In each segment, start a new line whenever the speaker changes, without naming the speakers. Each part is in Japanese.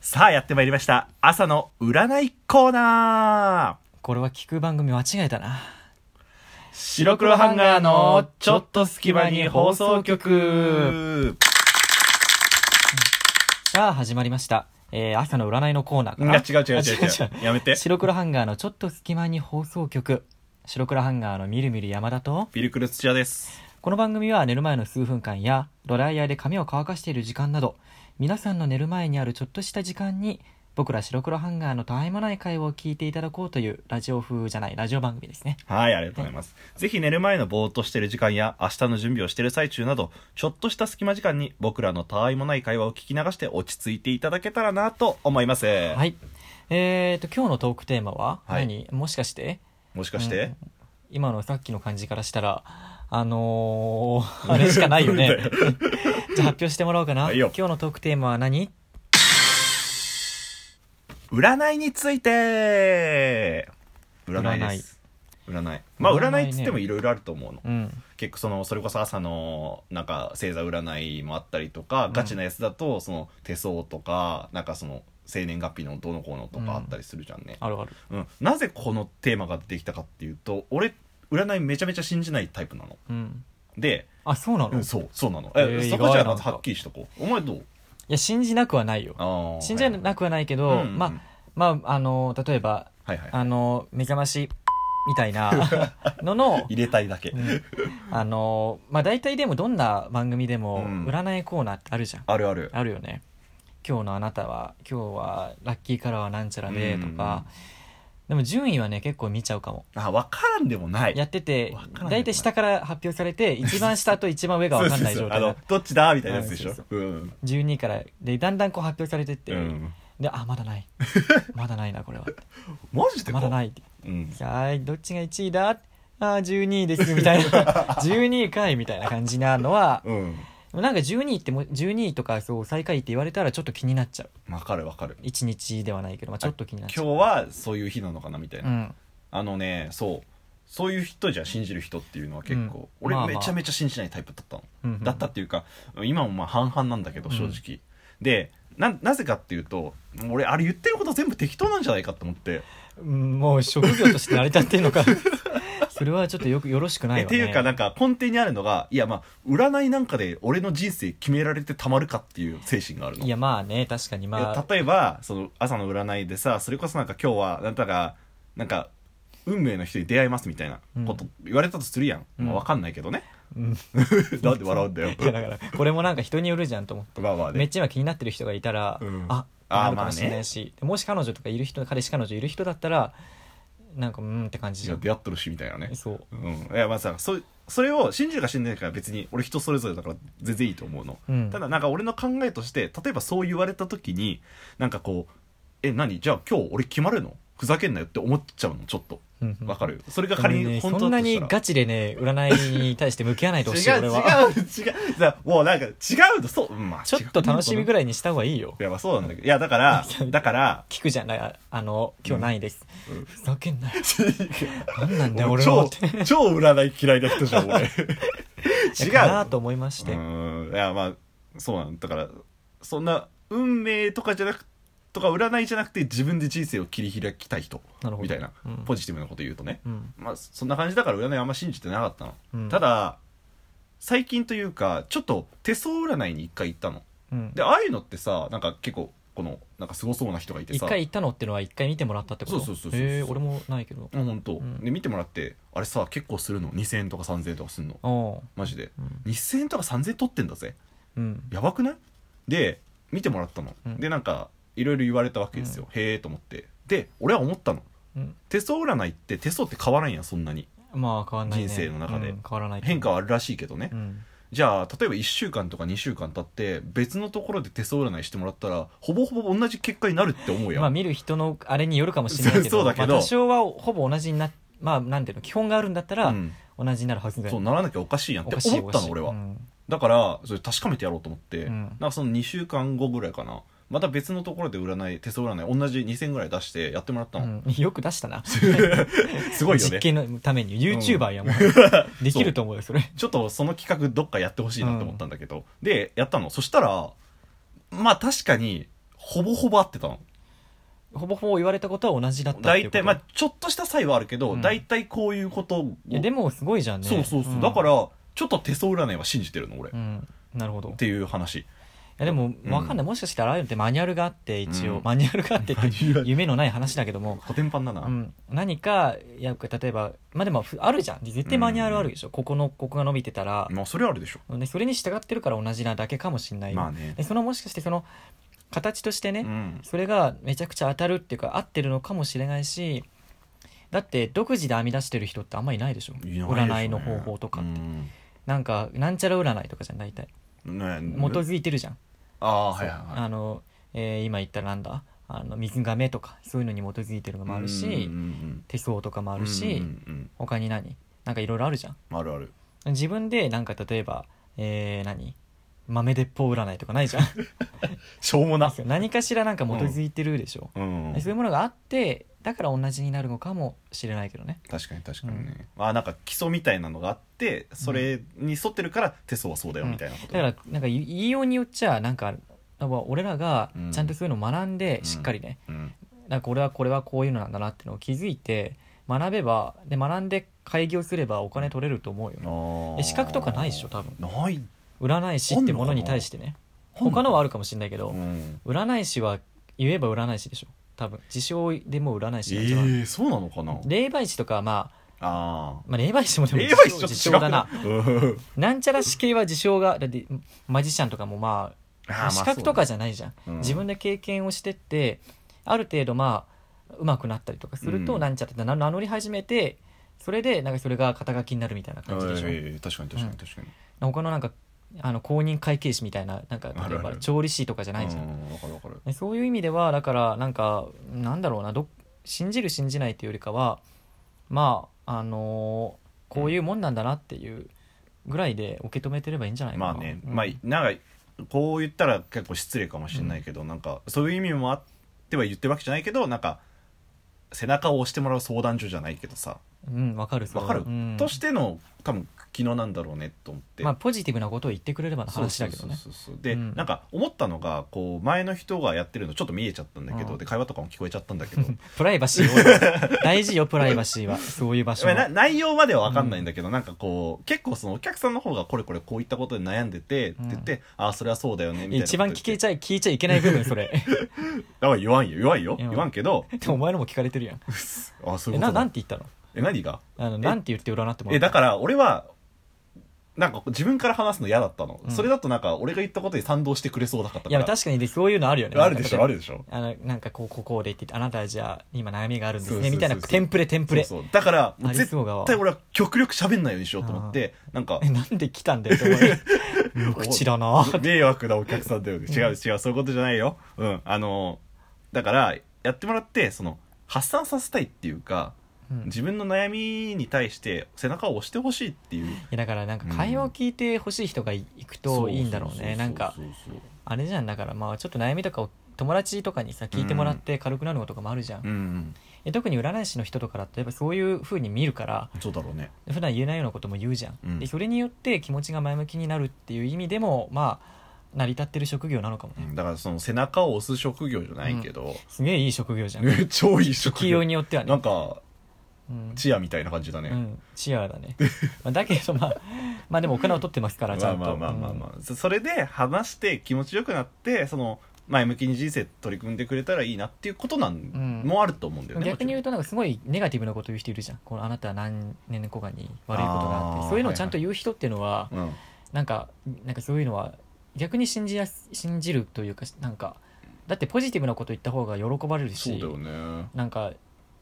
さあやってまいりました朝の占いコーナー
これは聞く番組間違えたな
白
黒ハンガーのちょっと隙間に放送局さあ始まりました、えー朝の占いのコーナー
い
か
や
な
違う違う違う
あ
違うやめて
白黒ハンガーのちょっと隙間に放送局白黒ハンガーのみるみる山田と
ビルクル土屋です
この番組は寝る前の数分間やドライヤーで髪を乾かしている時間など皆さんの寝る前にあるちょっとした時間に僕ら白黒ハンガーのたわいもない会話を聞いていただこうというラジオ風じゃないラジオ番組ですね
はいありがとうございます、ぜひ寝る前のぼーっとしてる時間や明日の準備をしてる最中などちょっとした隙間時間に僕らのたわいもない会話を聞き流して落ち着いていただけたらなと思います、
はいえーと今日のトークテーマは
はい
何、もしかして
もしかして、
うん今のさっきの感じからしたらあのー、あれしかないよ
な
ね
んだよ
じゃあ発表してもらおうかな
はい
今
よ
日のトークテーマは何
占いについて占いです占いまあ
占い
占
ね
いっつってもいろいろあると思うの、
うん
結構そのそれこそ朝のなんか星座占いもあったりとか、
ん
ガチなやつだとその手相とかなんかその生年月日のどうのこうのとかあったりするじゃんね、
あるある
うんなぜこのテーマができたかっていうと俺占いめちゃめちゃ信じないタイプなの
うん
で、
あそうなの、
うん
い
そうそうなの、
え
え
ー
そこじゃ
意外な
あ
んだ
はっきりしとこうお前どう
や信じなくはないよ
あー
信じなくはないけど、
はいはいうんうん
まあまああの例えば
はいはい
あの目覚ましみたいなのの、
入れ たいだけ、
うんあのまあ大体でもどんな番組でも
うん
占いコーナーってあるじゃん、
あるある
あるよね今日のあなたは今日はラッキーカラーはなんちゃらでとか、でも順位はね結構見ちゃうかも、
あ分からんでもない
やってて
わからない
大体下から発表されて一番下と一番上が分かんない
そうそう
状態
そうあ
だ
のどっちだみたいなやつでしょ
うんそう
うん
12位からでだんだんこう発表されてって、
うん
であま だないまだないなこれは
マジでか
まだないって
うん
「はーいどっちが1位だ?」あー12位ですみたいな 12位かいみたいな感じなのは
うん
なんか12位っても12位とかそう最下位って言われたらちょっと気になっちゃう
わかるわかる
1日ではないけど、まあ、ちょっと気になっちゃ
今
う
日はそういう日なのかなみたいな、
うん
あのねそうそういう人じゃ信じる人っていうのは結構、
うん
俺
まあまあ
めちゃめちゃ信じないタイプだったの、
うん
だったっていうか今もまあ半々なんだけど
うん
正直、でななぜかっていうと俺あれ言ってること全部適当なんじゃないかと思って、
うんもう職業として成り立ってん のかそれはちょっとよくよろしくないわ、
え
ね、
っていうかなんか根底にあるのがいやまあ占いなんかで俺の人生決められてたまるかっていう精神があるの
いやまあね確かにま
いや
あ
例えばその朝の占いでさそれこそなんか今日はなんだかなんか運命の人に出会いますみたいなこと言われたとするやん、
うん
まあ、分かんないけどね、
うん
なんで笑うんだよ
いやだからこれもなんか人によるじゃんと思って
まあまあ
めっ
ね
ちゃ今気になってる人がいたら、
うん
あ
あー
あるかもしれないし、もし彼女とかいる人彼氏彼女いる人だったらなんかうんって感じ
い
じゃ
や
ん
出会っとるしみたいなね
そう
うんいやまあさそそれを信じるか信じないかは別に俺人それぞれだから全然いいと思うの、
うん
ただなんか俺の考えとして例えばそう言われた時になんかこうえ何じゃあ今日俺決まるのふざけんなよって思っちゃうのちょっと
うんうん
わかる、それが
でも
仮に
ね
本当
そん
だ
な
とした
に
ら
ガチでね占いに対して向き合わないでほしい
違う違
俺
う
は
違うさもうなんか違うのそう、うんまあ、
ちょっと楽しみぐ
らい
らいにした方がいいよ
いやまあそうなんだけどいやだ からだから
聞くじゃんだからあの今日何位です、
うん
ふざけんな よ何なんだよ俺は
超
って
超占い嫌いな人じゃん俺違
いやかな
う
と思いまして、
うんいやまあそうなんだからそんな運命とかじゃなくとか占いじゃなくて自分で人生を切り開きたい人
なるほど
みたいな、
うん
ポジティブなこと言うとね、
うん
まあそんな感じだから占いあんま信じてなかったの、
うん
ただ最近というかちょっと手相占いに一回行ったの
うん
でああいうのってさなんか結構このなんかすごそうな人がいて
一
さ
回行ったのってのは一回見てもらったってこと
そうそうそうそう
へえ俺もないけど
うんほんと
うん
で見てもらってあれさ結構するの2000円とか3000円とかすんの
お
マジで
うん
2000円とか3000円取ってんだぜ
うん
やばくないで見てもらったの、
うん
でなんかいろいろ言われたわけですよ、へえと思ってで俺は思ったの
うん
手相占いって手相って変わらんやんそんなに
まあ変わんない、ね、
人生の中で
うん変わらない
変化はあるらしいけどね、
うん
じゃあ例えば1週間とか2週間経って別のところで手相占いしてもらったらほぼほぼ同じ結果になるって思うやん、
まあ見る人のあれによるかもしれないけ ど
そうだけど
まあ、多少はほぼ同じになまあなんていうの基本があるんだった
う
ら
ん
同じになるはずだよ、
そうならなきゃおかしいやんっ
お
て
かしい
思ったの俺は、
うん
だからそれ確かめてやろうと思って、
うん
なんかその2週間後ぐらいかなまた別のところで占い手相占い同じ2000ぐらい出してやってもらったの、
うん よく出したな
すごいよね
実験のために YouTuber やもん、できると思うよそれ
ちょっと その企画どっかやってほしいなと思ったんだけど、でやったのそしたらまあ確かにほぼほぼ合ってたの
ほぼほぼ言われたことは同じだったっていう
大
こと
体まあちょっとした際はあるけど、
うん
大体こういうことを
いやでもすごいじゃんね
そうそうそう、
ん
だからちょっと手相占いは信じてるの俺、
う
っ
んなるほどい
ていう話
やでも
うん
わかんないもしかしたらああいうのってマニュアルがあって一応、
うん
マニュアルがあってって
マニュアル
夢のない話だけども
古典版だな、
うん、何かいや例えばまあでもふあるじゃん絶対マニュアルあるでしょ、ここのここが伸びてたら、
まあそれはあるでしょ、
ね、それに従ってるから同じなだけかもしれない、
まあね
でそのもしかしてその形としてね、
うん
それがめちゃくちゃ当たるっていうか合ってるのかもしれないしだって独自で編み出してる人ってあんまりいないでしょ
いなでしょうね
占いの方法とか、
うん
なんかなんちゃら占いとかじゃん大体
ね
基づいてるじゃん、
ああはい
そ
はい
う
はい
あの、えー今言ったなんだあの水亀とかそういうのに基づいてるのもあるし、
うんうんうん
手相とかもあ
あ
るし、
うん
他に何なんかいろいろあるじゃん
うん、あるある
自分でなんか例えばえー、何豆鉄砲占いとかないじ ゃん
しょうもな
何かしらなんか基づいてるでしょ、
うん
そういうものがあってだから同じになるのかもしれないけどね
確かに確かにね、まあなんか基礎みたいなのがあってそれに沿ってるから手相はそうだよみたいなこと、
だからなんか言いようによっちゃなんかやっぱ俺らが
うん
ちゃんとそういうのを学んで
うん
しっかりね、
うん
なんか俺はこれはこういうのなんだなってのを気づいて学べばで学んで会議をすればお金取れると思うよ
あー
え資格とかないでしょ多分
ない
占い師ってものに対してね他のはあるかもしれないけど、
うん
占い師は言えば占い師でしょ多分自称でもう占い
え
師なんじゃない、
ー、そうなのかな
霊媒師とかはまあ、
あ
まあ、霊媒師も
あ
でも
令和一ちょ
自
っと違
称
う
だな
うん
なんちゃら師系は自称がだってマジシャンとかもま
あーま
あ
あ
資格とかじゃないじゃん、
うん
自分で経験をしてってある程度まあ上手くなったりとかすると、
うん
なんちゃらって名名乗り始めてそれでなんかそれが肩書きになるみたいな
そう
感
だ
じ
ね
でしょ、
えー確かに確かに確かに、
他のなんかあの公認会計士みたいななんか
あ
例え
るあ
ば
る
調理師とかじゃないじゃん
うんわかるわかる
でそういう意味ではだからなんかなんだろうなど信じる信じないっていうよりかはまああのーこういうもんなんだなっていうぐらいで受け止めてればいいんじゃないかな
まあね、
うん
まあなんかこう言ったら結構失礼かもしれないけど、なんかそういう意味もあっては言ってるわけじゃないけどなんか背中を押してもらう相談所じゃないけどさ
うんわかるそれ
わかる、
うん
としての多分気のなんだろうねと思って、
まあポジティブなことを言ってくれればの話だけどね
そうそうそうそうで、
うん
なんか思ったのがこう前の人がやってるのちょっと見えちゃったんだけど、
うん
で会話とかも聞こえちゃったんだけど
プライバシーを大事よプライバシーは そういう場所
まあ
の
な内容までは分かんないんだけど、なんかこう結構そのお客さんの方がこれこれこういったことで悩んでてって言って、ああそれはそうだよねみたいな
一番聞け
け
ちゃい聞いちゃいけない部分それ
だから言わんよ言わんよ
うん
言わんけ ど
でもお前のも聞かれてるやん
あそうい
え
う
な
ことだ
なんて言ったの
え何が
あのなんて言って占ってもら
え
った
だから俺はなんか自分から話すの嫌だったの、
うん
それだとなんか俺が言ったことに賛同してくれそうだったから
いや確かにでそういうのあるよね
あるでしょあるでしょ
あのなんかこうこうこうで言ってあなたはじゃあ今悩みがあるんです
そう
ね
そうそ
み
う
たいなテンプレテンプレ
そうそうだからもう
あり
絶
そうだわ
対俺は極力喋んないようにしようと思ってなんか
え なんで来たんだよって思 う無口だな
迷惑なお客さんだよね違う違うそういうことじゃないようんあのだからやってもらってその発散させたいっていうか
うんい
自分の悩みに対して背中を押してほしいっていう
やだからなんか会話を聞いてほしい人がい行くといいんだろうねなんか
そうそう
あれじゃんだからまあちょっと悩みとかを友達とかにさ聞いてもらって軽くなるのとかもあるじゃん、
そううん
え特に占い師の人とかだとやっぱそういう風に見るから
そうだろうね
普段言えないようなことも言うじゃん、
うん
でそれによって気持ちが前向きになるっていう意味でもまあ成り立ってる職業なのかも
う
ね、
んだからその背中を押す職業じゃないけど、
すげえいい職業じゃん
超いい職
企業
業
によってはね
なんか
うん
チアみたいな感じだね、
うん、チアだねまあだけどまあまあでもお金を取ってますからち
ま
ゃ
あ
んと
まあまあまあまあ、そそれで話して気持ちよくなってその前向きに人生取り組んでくれたらいいなっていうことなん、
ん
もあると思うんだ
う
よ
ん
ね
逆に言う
と
となんかすごいネガティブなこと言う人いるじゃんこのあなたは何年後かに悪いことがあっ
あ
て
ー
そういうのをちゃんと言う人っていうのは、
うん
なんかなんかそういうのは逆に信じやす信じるというかなんかだってポジティブなこと言った方が喜ばれる
そ
し
うだよね
なんか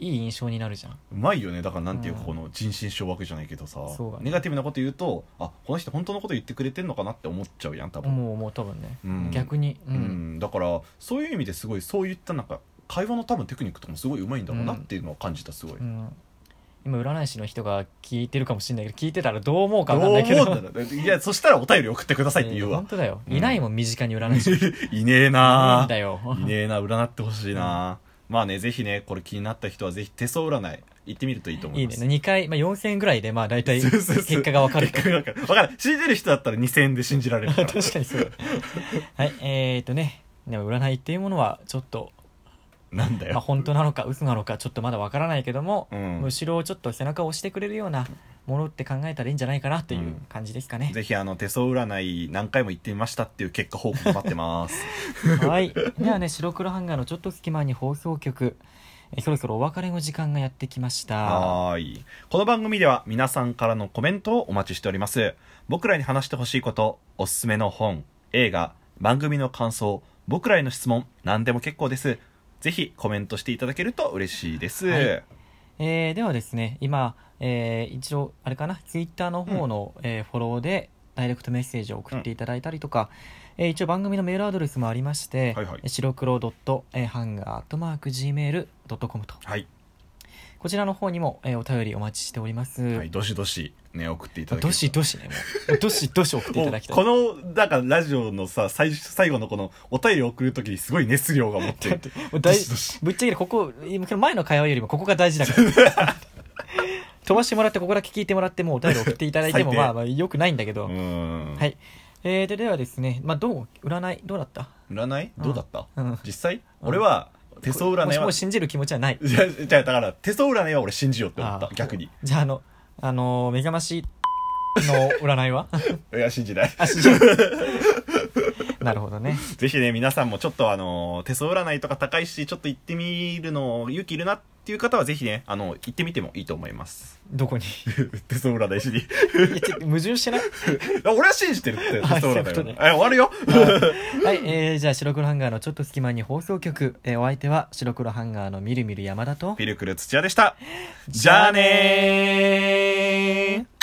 いい印象になるじゃん
うまいよねだからなんていうか
うん
この人心掌握じゃないけどさ、
そうだね
ネガティブなこと言うとあこの人本当のこと言ってくれてんのかなって思っちゃうやん多分、
もうもう多分ね、
うん
逆にう
うん
ん、
だからそういう意味ですごいそういったなんか会話の多分テクニックとかもすごいうまいんだろうなっていうのは感じたすごい、
うん今占い師の人が聞いてるかもしれないけど聞いてたらどう思うか
ど
わ
う
かん
思う
なんいけど
だろういやそしたらお便り送ってくださいって言う
えー
わ
本当だよ、
うん
いないもん身近に占い師
いねえ なあ
いいんだよ
いねえな占ってほしいな、まあねぜひねこれ気になった人はぜひ手相占い行ってみるといいと思
い
い
い
ま
ね
す
2回、まあ、4000円ぐらいでまあ大体
そうそうそう
結果が分かる
結 果が分かる分かる信じる人だったら2000円で信じられるから
確かにそうはいえー、っとねでも占いっていうものはちょっと、
なんだ
まあ、
よ。
本当なのか嘘なのかちょっとまだわからないけども、
うん
後ろをちょっと背中を押してくれるようなものって考えたらいいんじゃないかなっていう感じですかね、
ぜひあの手相占い何回も行ってみましたっていう結果報告待ってます。
はい。 ではね、白黒ハンガーのちょっと隙間に放送局、えそろそろお別れの時間がやってきました。
はーい。この番組では皆さんからのコメントをお待ちしております。僕らに話してほしいこと、おすすめの本、映画、番組の感想、僕らへの質問、何でも結構です。ぜひコメントしていただけると嬉しいです。
はいえーではですね、今、えー一応、あれかな、ツイッターの方の、えーフォローで、ダイレクトメッセージを送っていただいたりとか、えー一応番組のメールアドレスもありまして、
はいはい
え白黒ドットえーハンガーアットマーク Gmail.com と、
はい。
こちらの方にも、えーお便りお待ちしております。
はい、どしどし、ね、送っていただけ
ど
ると
しどしね、もう。どしどし送っていただきたい。
もうこの、だからラジオのさ、最最後のこの、お便りを送るときにすごい熱量が持って
だっ
る。
てもう
ど
大
しどし
ぶっちゃけここ今前の会話よりもここが大事だから 飛ばしてもらってここだけ聞いてもらってもうお便り送っていただいて
最
も
低
まあまあよくないんだけ
う
ど、
ん。
はいえー、でではですね、まあ、どう占いどうだった、
占い
うん
どうだった、
うん
実際、
うん
俺は、手相
も
占
し
い
も
は
う、信じる気持ちはない
じゃあ、じゃあだから、手相占いは俺信じようって思った
あ。ー
逆に。
じゃああのあのー目覚ましの占い は
い や、信じない。
あ信じるなるほどね
ぜひね、皆さんもちょっとあの、手相占いとか高いし、ちょっと行ってみるの、勇気いるなっていう方は、ぜひね、あの、行ってみてもいいと思います。
どこに
手相占いしに。
いやちょ矛盾してない
あ俺は信じてるって、手
あ
相
そういうこと
占
ね
いは。え、終わるよ
はい、えー、じゃあ白黒ハンガーのちょっと隙間に放送局、えーお相手は白黒ハンガーのみるみる山田と
ピルクル土屋でした。じゃあねー